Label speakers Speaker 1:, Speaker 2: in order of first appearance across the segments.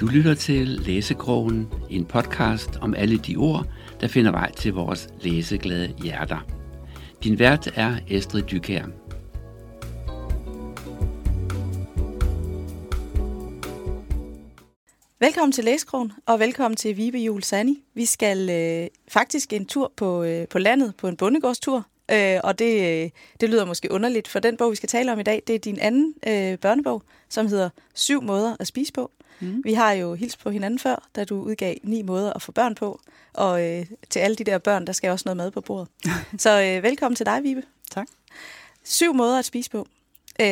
Speaker 1: Du lytter til Læsekrogen, en podcast om alle de ord, der finder vej til vores læseglade hjerter. Din vært er Estrid Dykær.
Speaker 2: Velkommen til Læskrogen, og velkommen til Vibe Jul Sani. Vi skal øh, faktisk en tur på, øh, på landet, på en bondegårdstur, øh, og det, øh, det lyder måske underligt, for den bog, vi skal tale om i dag, det er din anden øh, børnebog, som hedder Syv måder at spise på. Mm. Vi har jo hils på hinanden før, da du udgav ni måder at få børn på, og øh, til alle de der børn, der skal også noget mad på bordet. Så øh, velkommen til dig, Vibe.
Speaker 3: Tak.
Speaker 2: Syv måder at spise på. Øh,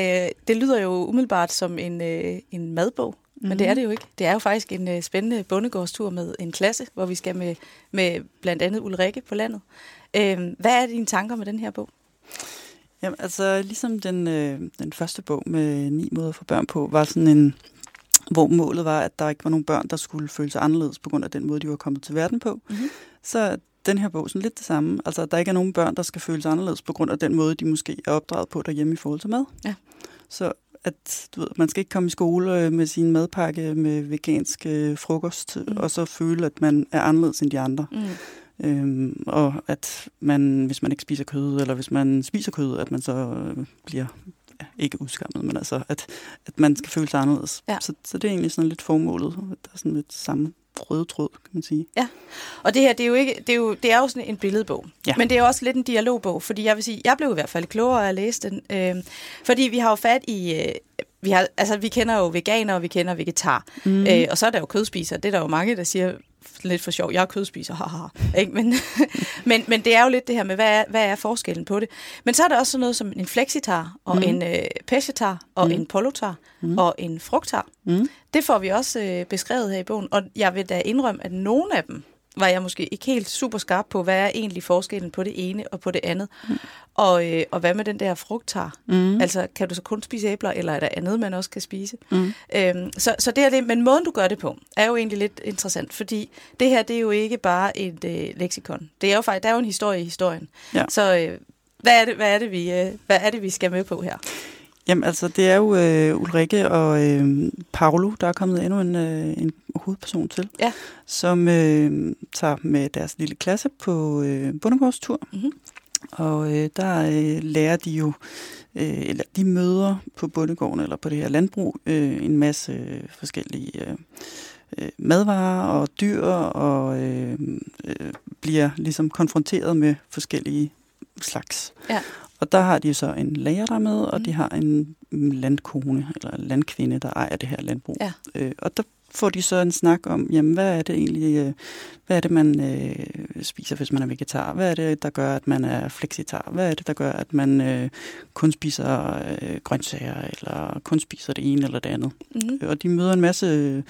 Speaker 2: det lyder jo umiddelbart som en, øh, en madbog, mm. men det er det jo ikke. Det er jo faktisk en øh, spændende bondegårdstur med en klasse, hvor vi skal med, med blandt andet Ulrikke på landet. Øh, hvad er dine tanker med den her bog?
Speaker 3: Jamen, altså, ligesom den, øh, den første bog med ni måder for børn på, var sådan en, hvor målet var, at der ikke var nogen børn, der skulle føle sig anderledes på grund af den måde, de var kommet til verden på.
Speaker 2: Mhm.
Speaker 3: Mm-hmm. Så er den her bog er sådan lidt det samme. Altså, at der ikke er nogen børn, der skal føle sig anderledes på grund af den måde, de måske er opdraget på derhjemme i forhold til mad.
Speaker 2: Ja.
Speaker 3: Så at du ved, man skal ikke komme i skole øh, med sin madpakke med vegansk øh, frokost, mm. og så føle, at man er anderledes end de andre.
Speaker 2: Mm.
Speaker 3: Øhm, og at man, hvis man ikke spiser kød, eller hvis man spiser kød, at man så øh, bliver ja, ikke udskammet, men altså, at, at man skal føle sig anderledes.
Speaker 2: Ja.
Speaker 3: Så, så det er egentlig sådan lidt formålet. Der er sådan lidt samme røde tråd, kan man sige.
Speaker 2: Og det her, det er jo, ikke, det er jo, det er jo sådan en billedbog.
Speaker 3: Ja.
Speaker 2: Men det er jo også lidt en dialogbog, fordi jeg vil sige, jeg blev i hvert fald klogere af at læse den. Øh, fordi vi har jo fat i... Øh, vi, har, altså, vi kender jo veganer, og vi kender vegetar. Mm. Øh, og så er der jo kødspiser. Det er der jo mange, der siger lidt for sjov, jeg er kødspiser, haha. Ikke? Men, men, men det er jo lidt det her med, hvad er, hvad er forskellen på det? Men så er der også sådan noget som en flexitar, og mm. en øh, pescetar, og mm. en polotar, mm. og en frugtar. Mm. Det får vi også øh, beskrevet her i bogen, og jeg vil da indrømme, at nogle af dem var jeg måske ikke helt super skarp på, hvad er egentlig forskellen på det ene og på det andet. Mm. Og, øh, og hvad med den der frugtar? Mm. Altså, kan du så kun spise æbler, eller er der andet, man også kan spise? Mm. Øhm, så, så det er det, men måden, du gør det på, er jo egentlig lidt interessant, fordi det her, det er jo ikke bare et øh, leksikon. Det er jo faktisk, der er jo en historie i historien.
Speaker 3: Ja.
Speaker 2: Så øh, hvad, er det, hvad, er det, vi, øh, hvad er det, vi skal med på her?
Speaker 3: Jamen altså, det er jo øh, Ulrikke og øh, Paolo, der er kommet endnu en, øh, en hovedperson til,
Speaker 2: Ja.
Speaker 3: som øh, tager med deres lille klasse på øh, bondegårdstur.
Speaker 2: Mhm.
Speaker 3: Og øh, der øh, lærer de jo, øh, eller de møder på bondegården eller på det her landbrug øh, en masse forskellige øh, øh, madvarer og dyr, og øh, øh, bliver ligesom konfronteret med forskellige slags.
Speaker 2: Ja.
Speaker 3: Og der har de så en lærer der er med, og
Speaker 2: Mm.
Speaker 3: mm. de har en mm, landkone eller landkvinde, der ejer det her landbrug.
Speaker 2: Ja.
Speaker 3: Øh, og der får de så en snak om, jamen hvad er det egentlig, øh, hvad er det man øh, spiser, hvis man er vegetar? Hvad er det, der gør, at man er flexitar? Hvad er det, der gør, at man øh, kun spiser øh, grøntsager, eller kun spiser det ene eller det andet?
Speaker 2: Mm-hmm.
Speaker 3: Og de møder en masse, de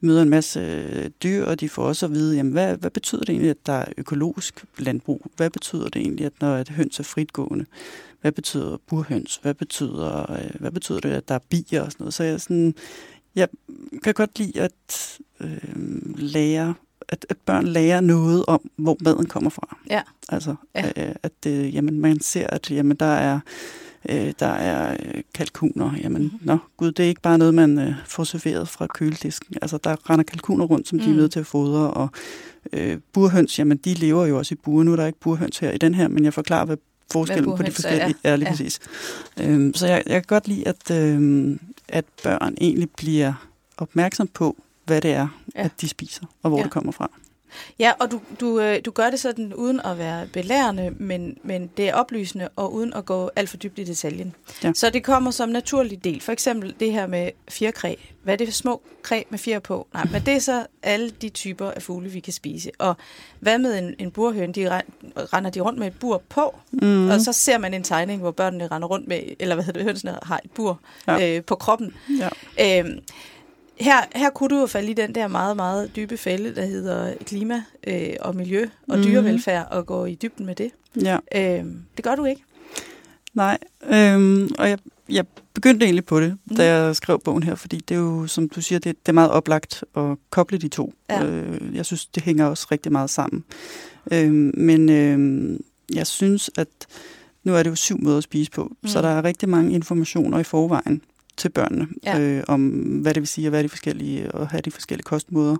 Speaker 3: møder en masse øh, dyr, og de får også at vide, jamen, hvad, hvad betyder det egentlig, at der er økologisk landbrug? Hvad betyder det egentlig, at når et høns er fritgående? Hvad betyder burhøns? Hvad betyder, øh, hvad betyder det, at der er bier og sådan noget? Så jeg, er sådan, jeg kan godt lide at øh, lære, at, at børn lærer noget om, hvor maden kommer fra.
Speaker 2: Ja.
Speaker 3: Altså,
Speaker 2: Ja.
Speaker 3: ja. Øh, at øh, jamen, man ser, at jamen, der er øh, der er øh, kalkuner. Jamen,
Speaker 2: Mhm.
Speaker 3: mm-hmm. nå, gud, det er ikke bare noget, man øh, får serveret fra køledisken. Altså, der render kalkuner rundt, som mm. de er
Speaker 2: Mm.
Speaker 3: med til at fodre, og øh, burhøns, jamen, de lever jo også i bure. Nu er der ikke burhøns her i den her, men jeg forklarer, hvad forskellen på de
Speaker 2: burhøns er,
Speaker 3: forskellige er, lige
Speaker 2: ja.
Speaker 3: ja. præcis. Øhm, så jeg, jeg kan godt lide, at, øhm, at børn egentlig bliver opmærksom på, hvad det er,
Speaker 2: Ja.
Speaker 3: ja. at de spiser, og hvor
Speaker 2: Ja.
Speaker 3: ja. det kommer fra.
Speaker 2: Ja, og du, du, øh, du gør det sådan uden at være belærende, men, men det er oplysende og uden at gå alt for dybt i detaljen.
Speaker 3: Ja.
Speaker 2: Så det kommer som naturlig del. For eksempel det her med fjerkræ. Hvad er det for små kræ med fjer på? Nej, men det er så alle de typer af fugle, vi kan spise. Og hvad med en, en burhøn? De ren- render de rundt med et bur på,
Speaker 3: Mm-hmm. Mhm.
Speaker 2: mm. og så ser man en tegning, hvor børnene render rundt med, eller hvad hedder det, hønsene har et bur ja.
Speaker 3: Ja.
Speaker 2: øh, på kroppen.
Speaker 3: Ja.
Speaker 2: Øhm, her, her kunne du jo falde i den der meget, meget dybe fælde, der hedder klima øh, og miljø og
Speaker 3: Mhm.
Speaker 2: dyrevelfærd, og gå i dybden med det.
Speaker 3: ja.
Speaker 2: Øhm, det gør du ikke.
Speaker 3: Nej, øhm, og jeg, jeg begyndte egentlig på det,
Speaker 2: Mm.
Speaker 3: mm. da jeg skrev bogen her, fordi det er jo, som du siger, det, det er meget oplagt at koble de to.
Speaker 2: Ja.
Speaker 3: Øh, jeg synes, det hænger også rigtig meget sammen. Øhm, men øhm, jeg synes, at nu er det jo syv måder at spise på, mm. så
Speaker 2: Mm.
Speaker 3: der er rigtig mange informationer i forvejen, til børnene,
Speaker 2: Ja.
Speaker 3: ja. øh, om hvad det vil sige at være de forskellige, og have de forskellige kostmåder,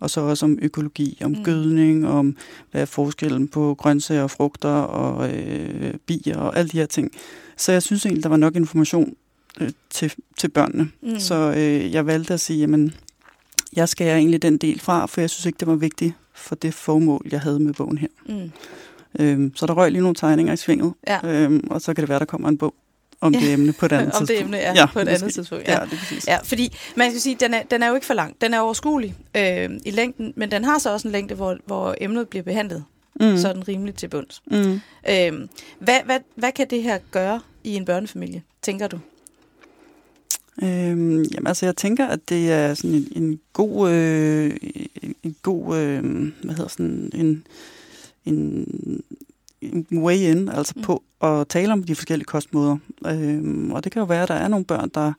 Speaker 3: og så også om økologi, om
Speaker 2: Mm.
Speaker 3: mm. gødning, om hvad er forskellen på grøntsager og frugter og øh, bier og alle de her ting. Så jeg synes egentlig, der var nok information øh, til, til børnene.
Speaker 2: Mm.
Speaker 3: Mm. Så øh, jeg valgte at sige, jamen, jeg skærer egentlig den del fra, for jeg synes ikke, det var vigtigt for det formål, jeg havde med bogen her.
Speaker 2: Mm.
Speaker 3: Øhm, så der røg lige nogle tegninger i svinget,
Speaker 2: Ja.
Speaker 3: øhm, og så kan det være, der kommer en bog om
Speaker 2: Ja.
Speaker 3: det emne på et andet
Speaker 2: Om
Speaker 3: tidspunkt.
Speaker 2: det emne, ja, på et
Speaker 3: måske.
Speaker 2: andet tidspunkt.
Speaker 3: Ja, det er præcis.
Speaker 2: Ja, fordi man skal sige, den er, den er jo ikke for lang. Den er overskuelig øh, i længden, men den har så også en længde, hvor, hvor emnet bliver behandlet mm. sådan rimeligt til bunds.
Speaker 3: Mm.
Speaker 2: Øh, hvad, hvad, hvad kan det her gøre i en børnefamilie, tænker du?
Speaker 3: Øhm, jamen, altså, jeg tænker, at det er sådan en, en god, øh, en, en god, øh, hvad hedder sådan en, en, en way in, altså
Speaker 2: Mm.
Speaker 3: mm. på at tale om de forskellige kostmåder. Øhm, og det kan jo være, at der er nogle børn, der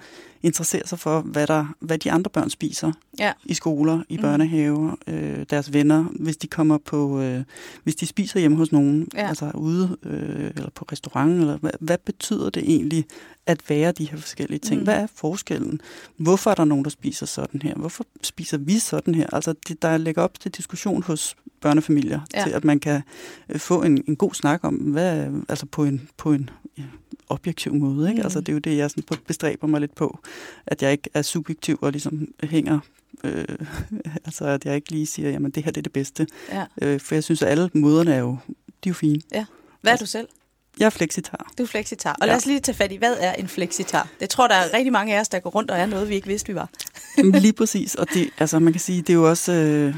Speaker 3: interesserer sig for, hvad, der, hvad de andre børn spiser
Speaker 2: Ja.
Speaker 3: i skoler, i
Speaker 2: Mm.
Speaker 3: børnehaver, øh, deres venner, hvis de kommer på, øh, hvis de spiser hjemme hos nogen,
Speaker 2: Ja.
Speaker 3: altså ude øh, eller på restaurant, eller hvad, hvad betyder det egentlig at være de her forskellige ting?
Speaker 2: Mm.
Speaker 3: Mm. Hvad er forskellen? Hvorfor er der nogen, der spiser sådan her? Hvorfor spiser vi sådan her? Altså, det, der lægger op til diskussion hos børnefamilier,
Speaker 2: Ja.
Speaker 3: ja. til at man kan øh, få en, en god snak om, hvad, altså på en, på en ja, objektiv måde. Ikke?
Speaker 2: Mm.
Speaker 3: Mm. Altså, det er jo det, jeg sådan på- bestræber mig lidt på, at jeg ikke er subjektiv og ligesom hænger, øh, altså at jeg ikke lige siger, jamen det her det er det bedste.
Speaker 2: Ja.
Speaker 3: Øh, for jeg synes, at alle måderne er jo, de er jo fine.
Speaker 2: Hvad er du selv?
Speaker 3: Jeg er fleksitar.
Speaker 2: Du er flexitar. Og ja.
Speaker 3: Ja.
Speaker 2: lad os lige tage fat i, hvad er en flexitar? Jeg tror, der er rigtig mange af os, der går rundt og er noget, vi ikke vidste, vi var.
Speaker 3: Jamen, lige præcis, og det, altså, man kan sige, det er jo også, øh,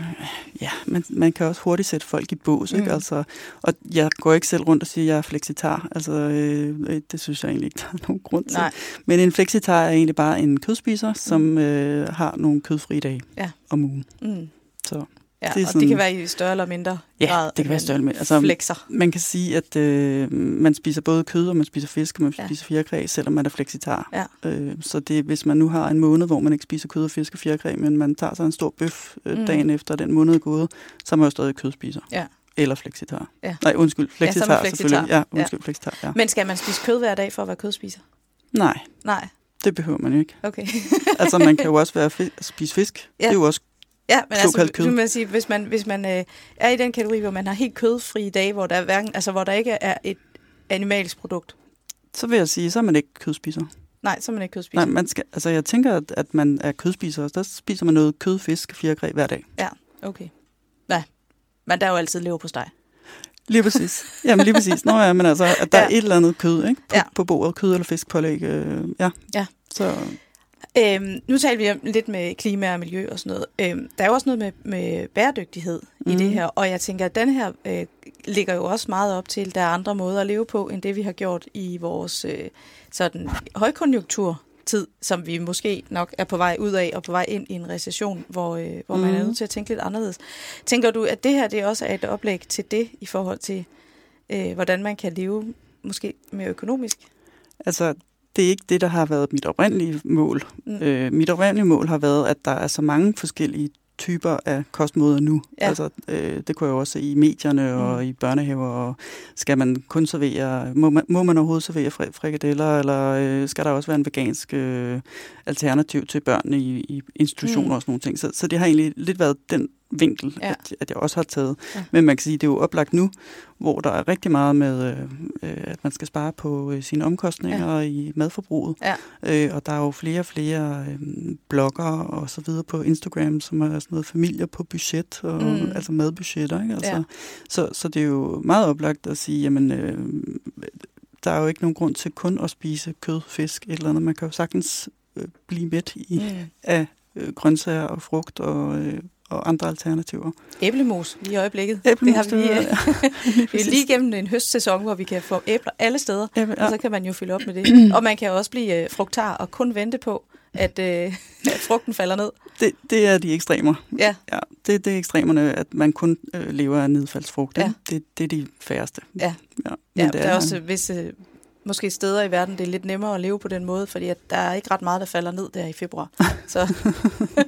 Speaker 3: ja, man, man kan også hurtigt sætte folk i bås, ikke?
Speaker 2: Mm.
Speaker 3: Altså, og jeg går ikke selv rundt og siger, at jeg er fleksitar, altså, øh, øh, det synes jeg egentlig ikke, der er nogen grund til.
Speaker 2: Nej. Mm.
Speaker 3: Men en fleksitar er egentlig bare en kødspiser, som øh, har nogle kødfrie dage
Speaker 2: Ja.
Speaker 3: om ugen.
Speaker 2: Mm.
Speaker 3: Så
Speaker 2: Ja,
Speaker 3: Det
Speaker 2: det
Speaker 3: er
Speaker 2: og det
Speaker 3: sådan-
Speaker 2: kan være i større eller mindre grad.
Speaker 3: ja, det
Speaker 2: at
Speaker 3: kan være
Speaker 2: man
Speaker 3: større med. Altså,
Speaker 2: Flexer.
Speaker 3: man kan sige, at øh, man spiser både kød, og man spiser fisk, og man
Speaker 2: Ja.
Speaker 3: ja. spiser fjerkræ, selvom man er fleksitar.
Speaker 2: Ja.
Speaker 3: Øh, så det, hvis man nu har en måned, hvor man ikke spiser kød og fisk og fjerkræ, men man tager sig en stor bøf øh,
Speaker 2: Mm.
Speaker 3: mm. dagen efter, og den måned er gået, så er man jo stadig kødspiser.
Speaker 2: Ja.
Speaker 3: Eller fleksitar.
Speaker 2: Ja.
Speaker 3: Nej, undskyld,
Speaker 2: Ja, så er man
Speaker 3: fleksitar, ja,
Speaker 2: fleksitar.
Speaker 3: selvfølgelig. Ja, undskyld, ja. fleksitar, ja.
Speaker 2: Men skal man spise kød hver dag for at være kødspiser?
Speaker 3: Nej,
Speaker 2: Nej,
Speaker 3: det behøver man ikke.
Speaker 2: okay.
Speaker 3: Altså, man kan jo også være fi- spise fisk.
Speaker 2: Ja.
Speaker 3: Ja. Det er jo også
Speaker 2: Ja, men altså,
Speaker 3: Såkaldt kød.
Speaker 2: kød. Man sige, hvis man, hvis man øh, er i den kategori, hvor man har helt kødfrie dage, hvor der, er hverken, altså, hvor der ikke er et animalsk produkt,
Speaker 3: så vil jeg sige, så er man ikke kødspiser.
Speaker 2: nej, så er man ikke kødspiser.
Speaker 3: Nej, man skal, altså jeg tænker, at, at man er kødspiser, og der spiser man noget kød, fisk, fjerkræ hver dag.
Speaker 2: Okay. Nej, men der er jo altid lever på steg.
Speaker 3: Lige præcis. Jamen lige præcis. Nå ja, men altså, at der
Speaker 2: Ja.
Speaker 3: ja. er et eller andet kød ikke? På,
Speaker 2: Ja.
Speaker 3: ja. på bordet, kød eller fisk pålæg. Øh, ja.
Speaker 2: Ja.
Speaker 3: Så
Speaker 2: Øhm, nu taler vi om, lidt med klima og miljø og sådan noget. Øhm, der er jo også noget med, med bæredygtighed mm. i
Speaker 3: Mhm.
Speaker 2: det her, og jeg tænker, at den her øh, ligger jo også meget op til, at der er andre måder at leve på, end det vi har gjort i vores øh, sådan højkonjunktur tid, som vi måske nok er på vej ud af og på vej ind i en recession, hvor, øh, hvor mm. man er
Speaker 3: Mhm.
Speaker 2: nødt til at tænke lidt anderledes. Tænker du, at det her det også er et oplæg til det i forhold til, øh, hvordan man kan leve måske mere økonomisk?
Speaker 3: altså, det er ikke det, der har været mit oprindelige mål.
Speaker 2: Mm.
Speaker 3: Mm. Øh, mit oprindelige mål har været, at der er så mange forskellige typer af kostmåder nu.
Speaker 2: Ja.
Speaker 3: Altså, øh, det kunne jeg jo også se i medierne og
Speaker 2: Mm.
Speaker 3: i børnehaver. Og skal man kun servere, må man, må man overhovedet servere fri- frikadeller, eller øh, skal der også være en vegansk øh, alternativ til børnene i, i institutioner
Speaker 2: Mm.
Speaker 3: mm. og sådan nogle ting. Så, så det har egentlig lidt været den vinkel,
Speaker 2: Ja.
Speaker 3: ja. at, at jeg også har taget.
Speaker 2: Ja.
Speaker 3: Ja. Men man kan sige, at det er jo oplagt nu, hvor der er rigtig meget med, øh, øh, at man skal spare på øh, sine omkostninger ja. i madforbruget.
Speaker 2: Ja.
Speaker 3: Øh, og der er jo flere og flere øh, blogger og så videre på Instagram, som er sådan noget familier på budget, og,
Speaker 2: Mm.
Speaker 3: mm. altså madbudgetter. Ikke? Altså,
Speaker 2: Ja.
Speaker 3: ja. så, så det er jo meget oplagt at sige, jamen... Øh, der er jo ikke nogen grund til kun at spise kød, fisk, et eller andet. Man kan jo sagtens øh, blive mæt i,
Speaker 2: Mm.
Speaker 3: af øh, grøntsager og frugt og, øh, og andre alternativer.
Speaker 2: Æblemos lige i øjeblikket.
Speaker 3: Æblemos,
Speaker 2: det har vi,
Speaker 3: det
Speaker 2: øh,
Speaker 3: er-
Speaker 2: vi er lige gennem en høstsæson, hvor vi kan få æbler alle steder,
Speaker 3: Ja,
Speaker 2: og
Speaker 3: ja,
Speaker 2: så kan man jo fylde op med det. Og man kan også blive øh, frugtar og kun vente på, at, øh, at frugten falder ned.
Speaker 3: det, det er de ekstremer.
Speaker 2: Ja.
Speaker 3: Ja, det, det er ekstremerne, at man kun øh, lever af nedfaldsfrugt. ikke?
Speaker 2: Ja.
Speaker 3: Det, det er de færreste.
Speaker 2: Ja.
Speaker 3: ja,
Speaker 2: Ja,
Speaker 3: men
Speaker 2: der er også visse måske steder i verden, det er lidt nemmere at leve på den måde, fordi at der er ikke ret meget, der falder ned der i februar. Så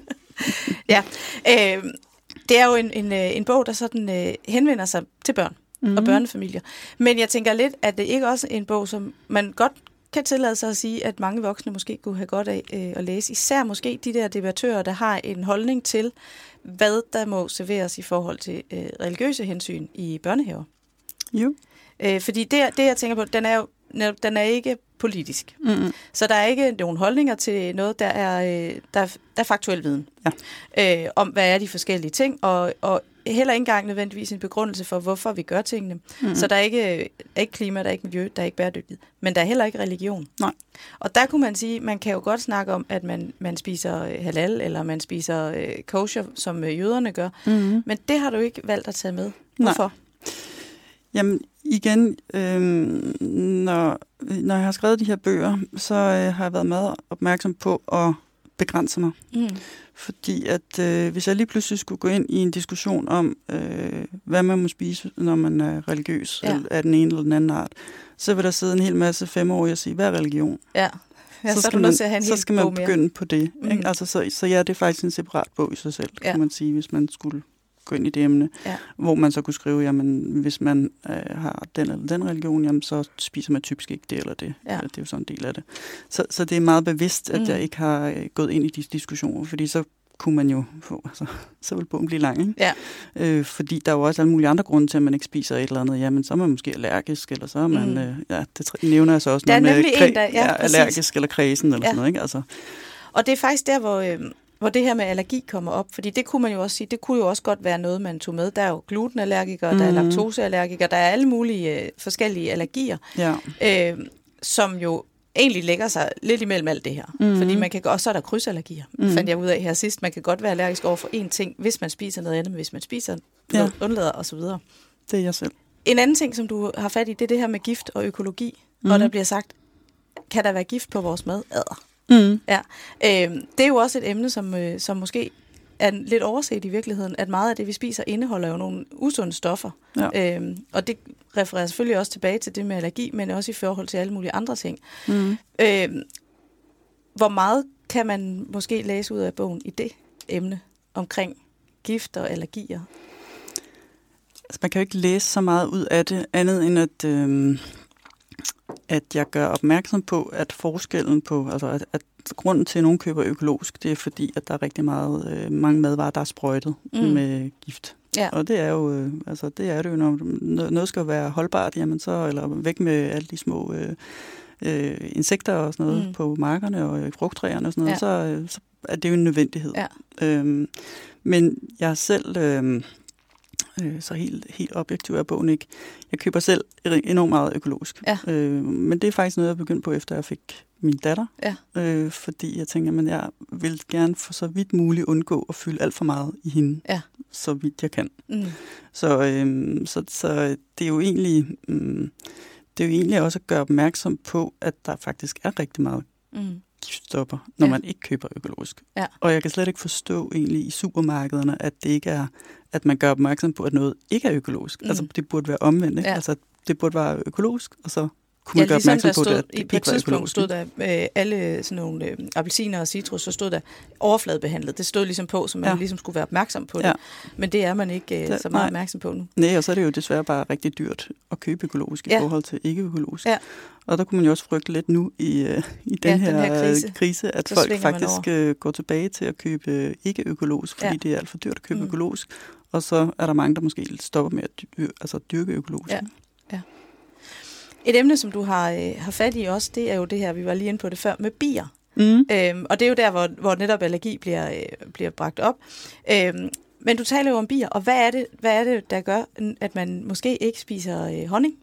Speaker 2: ja, øh, det er jo en, en, øh, en bog, der sådan øh, henvender sig til børn.
Speaker 3: mm,
Speaker 2: og børnefamilier. Men jeg tænker lidt, at det ikke også er en bog, som man godt kan tillade sig at sige, at mange voksne måske kunne have godt af øh, at læse. Især måske de der debattører, der har en holdning til, hvad der må serveres i forhold til øh, religiøse hensyn i børnehaver.
Speaker 3: Jo.
Speaker 2: Øh, fordi det, det, jeg tænker på, den er jo netop, den er ikke politisk.
Speaker 3: Mm-mm.
Speaker 2: Så der er ikke nogen holdninger til noget, der er, øh, der, er- der er faktuel viden ja. øh, om, hvad er de forskellige ting, og, og heller ikke engang nødvendigvis en begrundelse for, hvorfor vi gør tingene. Mm.
Speaker 3: Mm-hmm.
Speaker 2: Så der er ikke, er ikke klima, der er ikke miljø, der er ikke bæredygtighed, men der er heller ikke religion.
Speaker 3: Nej.
Speaker 2: Og der kunne man sige, man kan jo godt snakke om, at man, man spiser øh, halal, eller man spiser øh, kosher, som øh, jøderne gør,
Speaker 3: Mm-hmm.
Speaker 2: men det har du ikke valgt at tage med. Hvorfor?
Speaker 3: Jamen igen, øh, når, når jeg har skrevet de her bøger, så øh, har jeg været meget opmærksom på at begrænse mig.
Speaker 2: Mm.
Speaker 3: Fordi at øh, hvis jeg lige pludselig skulle gå ind i en diskussion om, øh, hvad man må spise, når man er religiøs
Speaker 2: Ja.
Speaker 3: ja. af den ene eller den anden art, så vil der sidde en hel masse femårige og sige, hvad er religion?
Speaker 2: Ja. ja, så, så er
Speaker 3: skal
Speaker 2: du nødt til at have en
Speaker 3: så
Speaker 2: hel
Speaker 3: skal man
Speaker 2: bog mere.
Speaker 3: begynde på det.
Speaker 2: Mm.
Speaker 3: Mm. Ikke? Altså, så, så ja, det er faktisk en separat bog i sig selv,
Speaker 2: Ja.
Speaker 3: ja. kan man sige, hvis man skulle gå ind i det emne.
Speaker 2: Ja.
Speaker 3: Hvor man så kunne skrive, jamen hvis man øh, har den eller den religion, jamen så spiser man typisk ikke det eller det.
Speaker 2: Ja.
Speaker 3: Det er jo sådan en del af det. Så, så det er meget bevidst, at
Speaker 2: Mm.
Speaker 3: mm. jeg ikke har øh, gået ind i de diskussioner, fordi så kunne man jo få, altså, så vil bogen blive lang, ikke?
Speaker 2: Ja.
Speaker 3: Øh, fordi der er jo også alle mulige andre grunde til, at man ikke spiser et eller andet. Jamen, så er man måske allergisk, eller så er man...
Speaker 2: Mm.
Speaker 3: Mm. Øh, ja, det tr- nævner jeg så også
Speaker 2: Der er
Speaker 3: noget med
Speaker 2: nemlig en, der- ja, præcis.
Speaker 3: allergisk eller kredsen, eller
Speaker 2: Ja.
Speaker 3: ja. sådan noget, ikke? Altså,
Speaker 2: Og det er faktisk der, hvor, øh, hvor det her med allergi kommer op. Fordi det kunne man jo også sige, det kunne jo også godt være noget, man tog med. Der er jo glutenallergikere, mm. der er
Speaker 3: Mhm.
Speaker 2: laktoseallergikere, der er alle mulige øh, forskellige allergier,
Speaker 3: ja.
Speaker 2: øh, som jo egentlig lægger sig lidt imellem alt det her. Mm.
Speaker 3: Mhm.
Speaker 2: Fordi man kan også, så er der krydsallergier, mm.
Speaker 3: Mhm.
Speaker 2: fandt jeg ud af her sidst. Man kan godt være allergisk over for én ting, hvis man spiser noget andet, men hvis man spiser
Speaker 3: Ja.
Speaker 2: noget undlader osv.
Speaker 3: Det er jeg selv.
Speaker 2: En anden ting, som du har fat i, det er det her med gift og økologi. Mm. Og
Speaker 3: Mhm.
Speaker 2: der bliver sagt, kan der være gift på vores mad? Adder.
Speaker 3: Mm.
Speaker 2: Ja, øh, det er jo også et emne, som, øh, som måske er lidt overset i virkeligheden, at meget af det, vi spiser, indeholder jo nogle usunde stoffer. Ja. Øh, og det refererer selvfølgelig også tilbage til det med allergi, men også i forhold til alle mulige andre ting.
Speaker 3: Mm.
Speaker 2: Øh, hvor meget kan man måske læse ud af bogen i det emne omkring gift og allergier?
Speaker 3: Altså, man kan jo ikke læse så meget ud af det, andet end at, øhm, at jeg gør opmærksom på, at forskellen på, altså at, at grunden til, at nogen køber økologisk, det er fordi, at der er rigtig meget, øh, mange madvarer, der er sprøjtet
Speaker 2: Mm.
Speaker 3: mm. med gift.
Speaker 2: Ja.
Speaker 3: Og det er jo, øh, altså det er det jo, når no- noget skal være holdbart, jamen så, eller væk med alle de små øh, øh, insekter og sådan noget
Speaker 2: Mm.
Speaker 3: mm. på markerne og i frugttræerne og sådan noget,
Speaker 2: Ja.
Speaker 3: ja. så, øh, så er det jo en nødvendighed.
Speaker 2: Ja.
Speaker 3: Øhm, men jeg er selv, øhm, øh, så helt, helt objektiv er bogen ikke, jeg køber selv ri- enormt meget økologisk.
Speaker 2: Ja.
Speaker 3: Øh, men det er faktisk noget, jeg begyndte på, efter jeg fik min datter.
Speaker 2: Ja.
Speaker 3: Øh, fordi jeg tænker, at jeg vil gerne for så vidt muligt undgå at fylde alt for meget i hende,
Speaker 2: Ja.
Speaker 3: så vidt jeg kan.
Speaker 2: Mm.
Speaker 3: Så, øhm, så, så det er jo egentlig... Mm, det er jo egentlig også at gøre opmærksom på, at der faktisk er rigtig meget
Speaker 2: Mm.
Speaker 3: giftstoffer, når
Speaker 2: Ja.
Speaker 3: ja. man ikke køber økologisk.
Speaker 2: Ja.
Speaker 3: Og jeg kan slet ikke forstå egentlig i supermarkederne, at det ikke er, at man gør opmærksom på, at noget ikke er økologisk.
Speaker 2: Mm.
Speaker 3: Mm. Altså det burde være omvendt. Ikke?
Speaker 2: Ja,
Speaker 3: Ja. Altså det burde være økologisk, og så kunne man
Speaker 2: Ja,
Speaker 3: gøre
Speaker 2: ligesom
Speaker 3: opmærksom
Speaker 2: der
Speaker 3: på
Speaker 2: stod,
Speaker 3: det, at det
Speaker 2: i, på et
Speaker 3: ikke var
Speaker 2: tidspunkt
Speaker 3: økologisk.
Speaker 2: stod der øh, alle sådan nogle øh, appelsiner og citrus, så stod der overfladebehandlet. Det stod ligesom på, så man ja.
Speaker 3: Ja.
Speaker 2: ligesom skulle være opmærksom på det.
Speaker 3: Ja.
Speaker 2: Men det er man ikke øh,
Speaker 3: Det-
Speaker 2: så meget
Speaker 3: nej.
Speaker 2: opmærksom på nu.
Speaker 3: Nej, og så er det jo desværre bare rigtig dyrt at købe økologisk ja.
Speaker 2: Ja.
Speaker 3: i forhold til ikke økologisk.
Speaker 2: Ja.
Speaker 3: Og der kunne man jo også frygte lidt nu i, øh, i den,
Speaker 2: Ja, den
Speaker 3: her,
Speaker 2: her krise.
Speaker 3: øh, krise, at
Speaker 2: Så
Speaker 3: så folk
Speaker 2: svinger man
Speaker 3: faktisk øh, går tilbage til at købe øh, ikke økologisk, fordi
Speaker 2: Ja.
Speaker 3: ja. det er alt for dyrt at købe
Speaker 2: Mm.
Speaker 3: mm. økologisk. Og så er der mange, der måske stopper med at dyr, altså dyrke økologisk.
Speaker 2: Ja. Et emne, som du har, øh, har fat i også, det er jo det her, vi var lige inde på det før, med bier.
Speaker 3: Mm.
Speaker 2: Øhm, og det er jo der, hvor, hvor netop allergi bliver, øh, bliver bragt op. Øhm, men du taler jo om bier, og hvad er, det, hvad er det, der gør, at man måske ikke spiser øh, honning?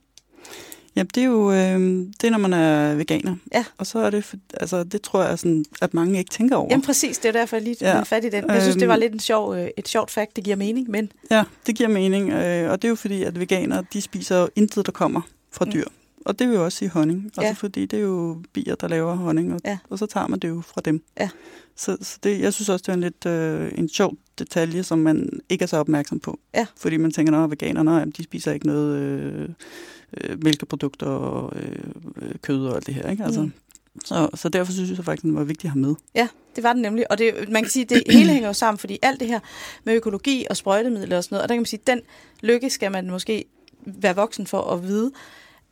Speaker 3: Jamen, det er jo, øh, det er, når man er veganer.
Speaker 2: Ja.
Speaker 3: Og så er det, for- altså, det tror jeg, sådan, at mange ikke tænker over.
Speaker 2: Jamen præcis, det er jo derfor, jeg lige
Speaker 3: Ja.
Speaker 2: ja. fat i den. Jeg synes, det
Speaker 3: Øhm.
Speaker 2: var lidt en sjov, øh, et sjovt fakt, det giver mening, men
Speaker 3: Ja, det giver mening. Øh, og det er jo fordi, at veganere, de spiser jo intet, der kommer fra
Speaker 2: Mm.
Speaker 3: dyr. Og det vil jo også sige honning. Altså
Speaker 2: Ja.
Speaker 3: fordi det er jo bier, der laver honning, og,
Speaker 2: Ja.
Speaker 3: og så tager man det jo fra dem.
Speaker 2: Ja.
Speaker 3: Så, så det, jeg synes også, det er en lidt øh, en sjov detalje, som man ikke er så opmærksom på.
Speaker 2: Ja.
Speaker 3: Fordi man tænker, at veganerne, jamen, de spiser ikke noget øh, øh, mælkeprodukter og øh, øh, kød og alt det her. Ikke? Altså,
Speaker 2: Mm.
Speaker 3: mm. så, så derfor synes jeg faktisk, det var vigtigt at have med.
Speaker 2: Ja, det var den nemlig. Og det, man kan sige, det hele hænger jo sammen, fordi alt det her med økologi og sprøjtemidler og sådan noget, og der kan man sige, den lykke skal man måske være voksen for at vide,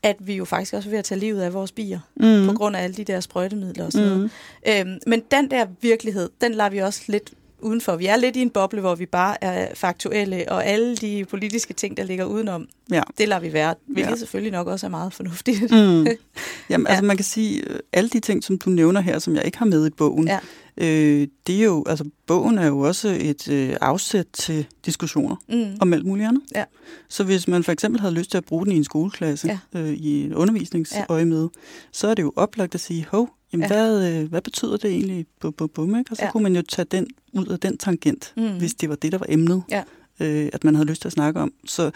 Speaker 2: at vi jo faktisk også er ved at tage livet af vores bier,
Speaker 3: Mm.
Speaker 2: mm. på grund af alle de der sprøjtemidler og sådan mm.
Speaker 3: Mm.
Speaker 2: noget. Øhm, men den der virkelighed, den lader vi også lidt udenfor. Vi er lidt i en boble, hvor vi bare er faktuelle, og alle de politiske ting, der ligger udenom,
Speaker 3: Ja.
Speaker 2: det lader vi være, hvilket
Speaker 3: Ja.
Speaker 2: ja. selvfølgelig nok også er meget fornuftigt.
Speaker 3: Mm. Jamen,
Speaker 2: Ja.
Speaker 3: ja. altså man kan sige, øh, alle de ting, som du nævner her, som jeg ikke har med i bogen,
Speaker 2: Ja.
Speaker 3: øh, det er jo, altså bogen er jo også et øh, afsæt til diskussioner
Speaker 2: Mm.
Speaker 3: om alt muligt andet.
Speaker 2: Ja.
Speaker 3: Så hvis man for eksempel havde lyst til at bruge den i en skoleklasse,
Speaker 2: Ja.
Speaker 3: øh, i en undervisningsøjemed, ja. så er det jo oplagt at sige, hov, jamen, ja.
Speaker 2: Ja.
Speaker 3: hvad, øh, hvad betyder det egentlig på bum, bum, ikke? Og så ja.
Speaker 2: Ja.
Speaker 3: kunne man jo tage den ud af den tangent, mm.
Speaker 2: Mm.
Speaker 3: hvis det var det, der var emnet,
Speaker 2: Ja.
Speaker 3: øh, at man havde lyst til at snakke om. Så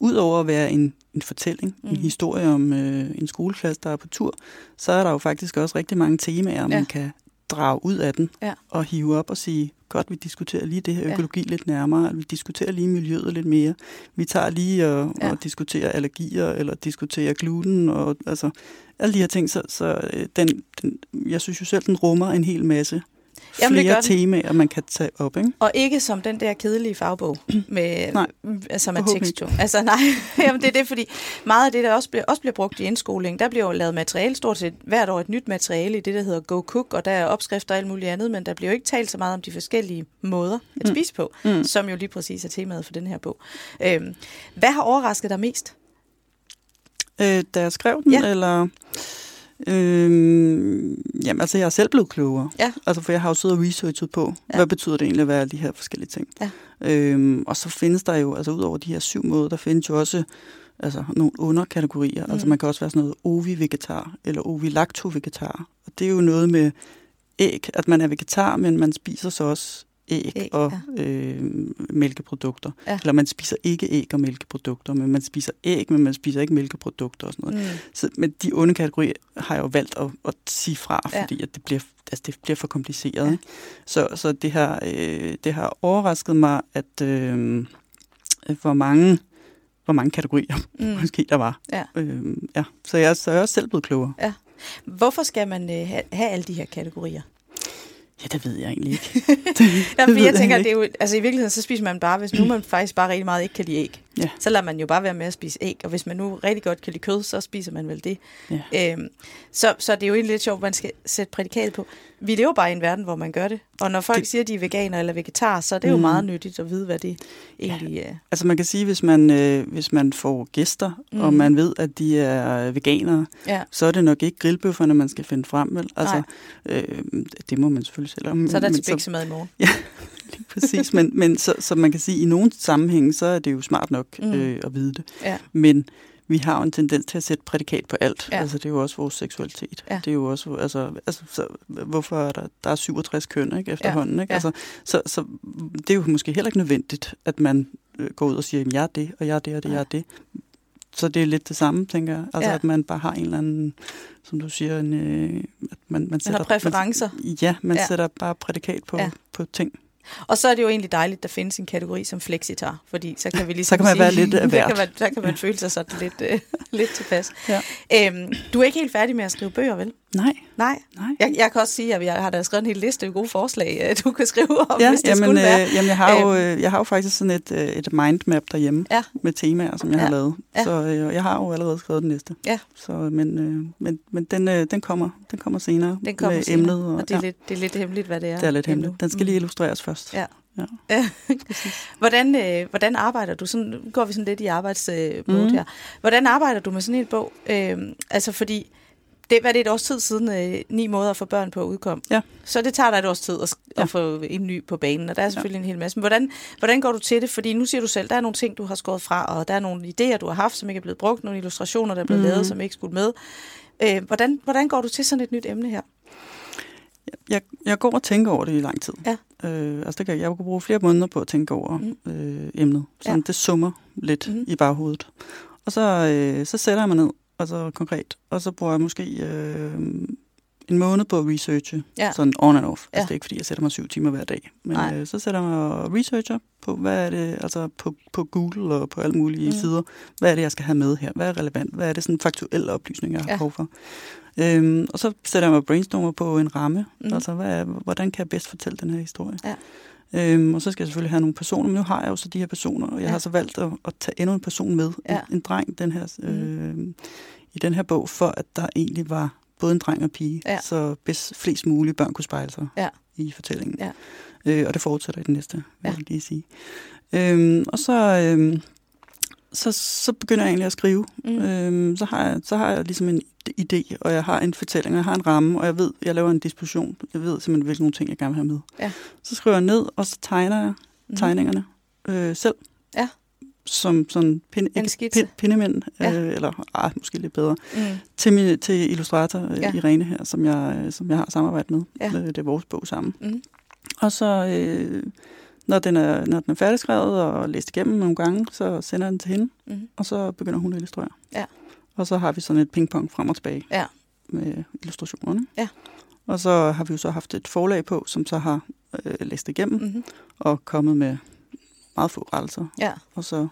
Speaker 3: udover at være en, en fortælling, mm. en
Speaker 2: Mm.
Speaker 3: historie om øh, en skoleklasse, der er på tur, så er der jo faktisk også rigtig mange temaer, ja. man
Speaker 2: Ja.
Speaker 3: kan drage ud af den
Speaker 2: Ja.
Speaker 3: og hive op og sige, godt, vi diskuterer lige det her
Speaker 2: Ja.
Speaker 3: økologi ja. lidt nærmere, eller vi diskuterer lige miljøet lidt mere, vi tager lige og, ja.
Speaker 2: Ja.
Speaker 3: og diskuterer allergier, eller diskuterer gluten, og altså alle de her ting. Så, så øh, den, den, jeg synes jo selv, den rummer en hel masse
Speaker 2: Jamen, det
Speaker 3: flere
Speaker 2: gør den.
Speaker 3: temaer, man kan tage op, ikke?
Speaker 2: Og ikke som den der kedelige fagbog, med,
Speaker 3: Nej,
Speaker 2: altså, som er
Speaker 3: forhåbentlig
Speaker 2: teksttung. Altså nej, Jamen, det er det, fordi meget af det, der også bliver, også bliver brugt i indskolingen, der bliver jo lavet materiale stort set hvert år et nyt materiale i det, der hedder Go Cook, og der er opskrifter og alt muligt andet, men der bliver jo ikke talt så meget om de forskellige måder at spise på,
Speaker 3: Mm.
Speaker 2: mm. som jo lige præcis er temaet for den her bog. Øhm, hvad har overrasket dig mest?
Speaker 3: Øh, da jeg skrev den, ja.
Speaker 2: Ja.
Speaker 3: eller... Øh, jamen, altså, jeg er selv blevet klogere.
Speaker 2: Ja.
Speaker 3: Altså, for jeg har jo siddet og researchet på, ja.
Speaker 2: Ja.
Speaker 3: hvad betyder det egentlig at være de her forskellige ting.
Speaker 2: Ja.
Speaker 3: Øhm, og så findes der jo, altså ud over de her syv måder, der findes jo også altså, nogle underkategorier. Mm. Altså,
Speaker 2: Mm.
Speaker 3: man kan også være sådan noget ovi-vegetar, eller ovi-lacto-vegetar. Og det er jo noget med æg, at man er vegetar, men man spiser så også æg, æg
Speaker 2: Æg,
Speaker 3: og øh, mælkeprodukter.
Speaker 2: Ja.
Speaker 3: Eller man spiser ikke æg og mælkeprodukter, men man spiser æg, men man spiser ikke mælkeprodukter og sådan noget.
Speaker 2: Mm.
Speaker 3: Så, men de onde kategorier har jeg jo valgt at, at sige fra,
Speaker 2: Ja.
Speaker 3: fordi at det, bliver, altså det bliver for kompliceret.
Speaker 2: Ja.
Speaker 3: Ja. Så, så det, har, øh, det har overrasket mig, at øh, hvor, mange, hvor mange kategorier mm.
Speaker 2: Mm.
Speaker 3: måske der var.
Speaker 2: Ja.
Speaker 3: Øh, ja. Så, jeg, så jeg er også selv blevet klogere.
Speaker 2: Hvorfor skal man øh, ha- have alle de her kategorier?
Speaker 3: Ja, det ved jeg egentlig ikke.
Speaker 2: Ja, fordi
Speaker 3: ved
Speaker 2: jeg
Speaker 3: jeg
Speaker 2: tænker,
Speaker 3: ikke.
Speaker 2: det er jo, altså i virkeligheden, så spiser man bare, hvis nu man faktisk bare rigtig meget ikke kan lide æg,
Speaker 3: Ja.
Speaker 2: så lader man jo bare være med at spise æg, og hvis man nu rigtig godt kan lide kød, så spiser man vel det.
Speaker 3: Ja.
Speaker 2: Øhm, så, så det er jo egentlig lidt sjovt, man skal sætte prædikat på. Vi lever bare i en verden, hvor man gør det, og når folk
Speaker 3: Det-
Speaker 2: det... siger, at de er veganer eller vegetarer, så er det jo
Speaker 3: Mm.
Speaker 2: meget nyttigt at vide, hvad det egentlig er.
Speaker 3: Altså man kan sige, hvis man, øh, hvis man får gæster, mm. og
Speaker 2: Mhm.
Speaker 3: man ved, at de er veganere,
Speaker 2: Ja.
Speaker 3: så er det nok ikke grillbøfferne, man skal finde frem, vel? Altså,
Speaker 2: Nej.
Speaker 3: øh, det må man selvfølgelig selv om.
Speaker 2: Så er der
Speaker 3: men-
Speaker 2: til biksemad i morgen.
Speaker 3: lige præcis, men, men så, så man kan sige, at i nogle sammenhænge, så er det jo smart nok
Speaker 2: Mm.
Speaker 3: øh, at vide det.
Speaker 2: Ja.
Speaker 3: Men vi har jo en tendens til at sætte prædikat på alt. Ja.
Speaker 2: Ja.
Speaker 3: Altså, det er jo også vores seksualitet.
Speaker 2: Ja.
Speaker 3: Det er jo også, altså, altså så, hvorfor er der, der er 67 køn ikke, efterhånden? Ikke?
Speaker 2: Ja.
Speaker 3: Altså, så, så det er jo måske heller ikke nødvendigt, at man øh, går ud og siger, at jeg er det, og jeg er det, og det, jeg er det. Så det er lidt det samme, tænker jeg. Altså, ja.
Speaker 2: Ja.
Speaker 3: at man bare har en eller anden, som du siger, en, øh, at man, man
Speaker 2: Man
Speaker 3: sætter...
Speaker 2: har præferencer.
Speaker 3: ja, man ja.
Speaker 2: Ja.
Speaker 3: sætter bare prædikat på, ja.
Speaker 2: Ja.
Speaker 3: på ting.
Speaker 2: Og så er det jo egentlig dejligt, der findes en kategori som flexitar, fordi så kan vi ligesom
Speaker 3: Så kan man
Speaker 2: sige,
Speaker 3: være lidt af
Speaker 2: der,
Speaker 3: hvert.
Speaker 2: kan man, der kan man føle sig sådan lidt, øh, lidt tilpas.
Speaker 3: Ja.
Speaker 2: Øhm, du er ikke helt færdig med at skrive bøger, vel?
Speaker 3: Nej,
Speaker 2: Nej.
Speaker 3: nej.
Speaker 2: Jeg, jeg kan også sige, at jeg har da skrevet en hel liste af gode forslag, øh, du kan skrive om, ja, hvis det jamen,
Speaker 3: jamen,
Speaker 2: skulle være.
Speaker 3: øh, jamen jeg, har jo,
Speaker 2: Øhm.
Speaker 3: øh, jeg har jo faktisk sådan et, øh, et mindmap derhjemme
Speaker 2: Ja.
Speaker 3: med temaer, som jeg har
Speaker 2: Ja.
Speaker 3: lavet.
Speaker 2: Ja.
Speaker 3: Så øh, jeg har jo allerede skrevet den næste.
Speaker 2: Ja.
Speaker 3: Så, men øh, men, men den, øh, den, kommer, den kommer senere
Speaker 2: Den kommer
Speaker 3: med
Speaker 2: senere,
Speaker 3: emnet. Og,
Speaker 2: Og det er,
Speaker 3: ja,
Speaker 2: lidt, det er lidt hemmeligt, hvad det er. Mm.
Speaker 3: det er lidt
Speaker 2: endnu.
Speaker 3: hemmeligt. Den skal lige illustreres først.
Speaker 2: Ja.
Speaker 3: Ja.
Speaker 2: Hvordan, øh, hvordan arbejder du? Sådan, nu går vi sådan lidt i arbejdsmode øh,
Speaker 3: Mhm.
Speaker 2: mode her. Hvordan arbejder du med sådan en bog? Øh, altså fordi, det, hvad er det et års tid siden, øh, ni måder at få børn på at udkomme?
Speaker 3: Ja.
Speaker 2: Så det tager dig et års tid at, ja.
Speaker 3: Ja.
Speaker 2: at få en ny på banen, og der er selvfølgelig ja. en hel masse. Men hvordan, hvordan går du til det? Fordi nu siger du selv, der er nogle ting, du har skåret fra, og der er nogle idéer, du har haft, som ikke er blevet brugt, nogle illustrationer, der er blevet
Speaker 3: Mhm.
Speaker 2: mm. lavet, som ikke skulle med. Øh, hvordan, hvordan går du til sådan et nyt emne her?
Speaker 3: Jeg, jeg går og tænker over det i lang tid.
Speaker 2: Ja.
Speaker 3: Øh, altså det kan, jeg kunne bruge flere måneder på at tænke over mm.
Speaker 2: Mm.
Speaker 3: øh, emnet. Sådan, ja.
Speaker 2: Ja.
Speaker 3: Det summer lidt mm.
Speaker 2: Mhm.
Speaker 3: i baghovedet. Og så, øh, så sætter jeg mig ned, altså konkret, og så bruger jeg måske øh, en måned på at researche, ja.
Speaker 2: Ja.
Speaker 3: sådan on and off. Ja.
Speaker 2: Ja.
Speaker 3: Altså det er ikke fordi, jeg sætter mig syv timer hver dag, men
Speaker 2: Nej.
Speaker 3: øh, så sætter jeg mig og researcher på, hvad er det, altså på, på Google og på alle mulige mm.
Speaker 2: Mm.
Speaker 3: sider, hvad er det, jeg skal have med her? Hvad er relevant? Hvad er det sådan faktuelle oplysninger, jeg har ja.
Speaker 2: Ja.
Speaker 3: behov for? Øhm, og så sætter jeg mig og brainstormer på en ramme. Mm.
Speaker 2: Mhm.
Speaker 3: Altså, hvad er, hvordan kan jeg bedst fortælle den her historie?
Speaker 2: Ja.
Speaker 3: Øhm, og så skal jeg selvfølgelig have nogle personer, men nu har jeg jo så de her personer, og jeg ja.
Speaker 2: Ja.
Speaker 3: har så valgt at, at tage endnu en person med.
Speaker 2: Ja.
Speaker 3: En, en dreng, den her øh, i den her bog, for at der egentlig var både en dreng og pige,
Speaker 2: Ja.
Speaker 3: ja. så bedst, flest mulige børn kunne spejle sig
Speaker 2: Ja.
Speaker 3: i fortællingen.
Speaker 2: Ja.
Speaker 3: Øh, og det fortsætter i den næste, vil
Speaker 2: Ja.
Speaker 3: ja. jeg lige sige. Øhm, og så, øhm, så, så begynder jeg egentlig at skrive.
Speaker 2: Mm.
Speaker 3: Øhm, så, har jeg, så har jeg ligesom en idé, og jeg har en fortælling, og jeg har en ramme, og jeg ved, jeg laver en disposition. Jeg ved simpelthen, hvilke nogle ting, jeg gerne vil have med.
Speaker 2: Ja.
Speaker 3: Så skriver jeg ned, og så tegner jeg
Speaker 2: Mhm.
Speaker 3: tegningerne øh, selv.
Speaker 2: Ja.
Speaker 3: Som sådan pin,
Speaker 2: Mm-hmm. En skitse.
Speaker 3: pin, pindemænd,
Speaker 2: Ja.
Speaker 3: øh, eller ah, måske lidt bedre,
Speaker 2: Mm.
Speaker 3: til, min, til Illustrator øh,
Speaker 2: Ja.
Speaker 3: ja. Irene her, som jeg, øh, som jeg har samarbejdet med.
Speaker 2: Ja.
Speaker 3: Øh, Det er vores bog sammen.
Speaker 2: Mm.
Speaker 3: Og så, øh, når, den er, når den er færdigskrevet og læst igennem nogle gange, så sender jeg den til hende,
Speaker 2: Mm.
Speaker 3: og så begynder hun at illustrere.
Speaker 2: Ja.
Speaker 3: Og så har vi sådan et pingpong frem og tilbage
Speaker 2: Ja.
Speaker 3: med illustrationerne.
Speaker 2: Ja.
Speaker 3: Og så har vi jo så haft et forlag på, som så har øh, læst igennem
Speaker 2: Mm.
Speaker 3: og kommet med meget få rettelser.
Speaker 2: Ja.
Speaker 3: Og så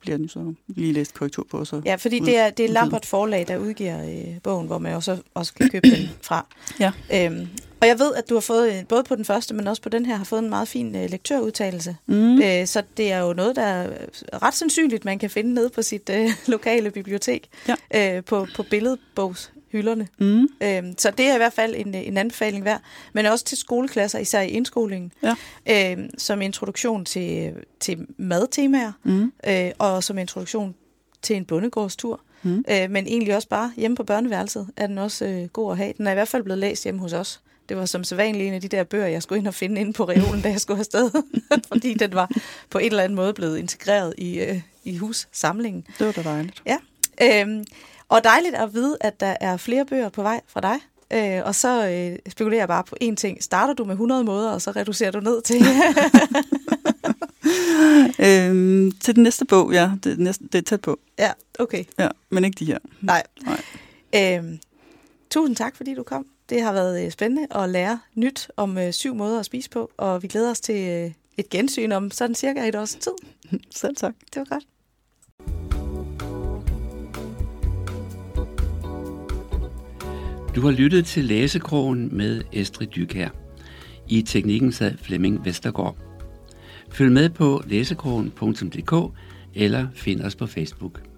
Speaker 3: bliver den jo så lige læst korrektur på, og så
Speaker 2: ja, fordi
Speaker 3: Ud-
Speaker 2: det er, det er
Speaker 3: udgivet.
Speaker 2: Lambert Forlag, der udgiver øh, bogen, hvor man også, også kan købe den fra.
Speaker 3: Ja.
Speaker 2: Øhm, og jeg ved, at du har fået, øh, både på den første, men også på den her, har fået en meget fin øh, lektørudtalelse.
Speaker 3: Mm.
Speaker 2: Mm. Øh, så det er jo noget, der er ret sandsynligt, man kan finde nede på sit øh, lokale bibliotek øh, på, på billedbogshylderne.
Speaker 3: Mm.
Speaker 2: Øhm, så det er i hvert fald en, en anbefaling værd, men også til skoleklasser, især i indskolingen,
Speaker 3: Ja.
Speaker 2: øhm, som introduktion til, til madtemaer,
Speaker 3: Mm.
Speaker 2: øh, og som introduktion til en bondegårdstur.
Speaker 3: Mm.
Speaker 2: Øh, men egentlig også bare hjemme på børneværelset er den også øh, god at have. Den er i hvert fald blevet læst hjemme hos os. Det var som sædvanligt en af de der bøger, jeg skulle ind og finde inde på reolen, da jeg skulle afsted. Fordi den var på en eller anden måde blevet integreret i, øh, i hussamlingen.
Speaker 3: Det var da dejligt.
Speaker 2: Øhm, og dejligt at vide, at der er flere bøger på vej fra dig. Øh, og så øh, spekulerer jeg bare på én ting. Starter du med 100 måder, og så reducerer du ned til...
Speaker 3: Øhm, til den næste bog, ja. Det, er den næste, det er tæt på.
Speaker 2: ja, okay.
Speaker 3: Ja, men ikke de her.
Speaker 2: Nej.
Speaker 3: Nej.
Speaker 2: Øhm, tusind tak, fordi du kom. Det har været øh, spændende at lære nyt om øh, syv måder at spise på, og vi glæder os til øh, et gensyn om sådan cirka et års tid.
Speaker 3: Selv tak.
Speaker 2: Det var godt.
Speaker 1: Du har lyttet til Læsekrogen med Estrid Dykær. I teknikken sad Flemming Vestergaard. Følg med på læsekrogen.dk eller find os på Facebook.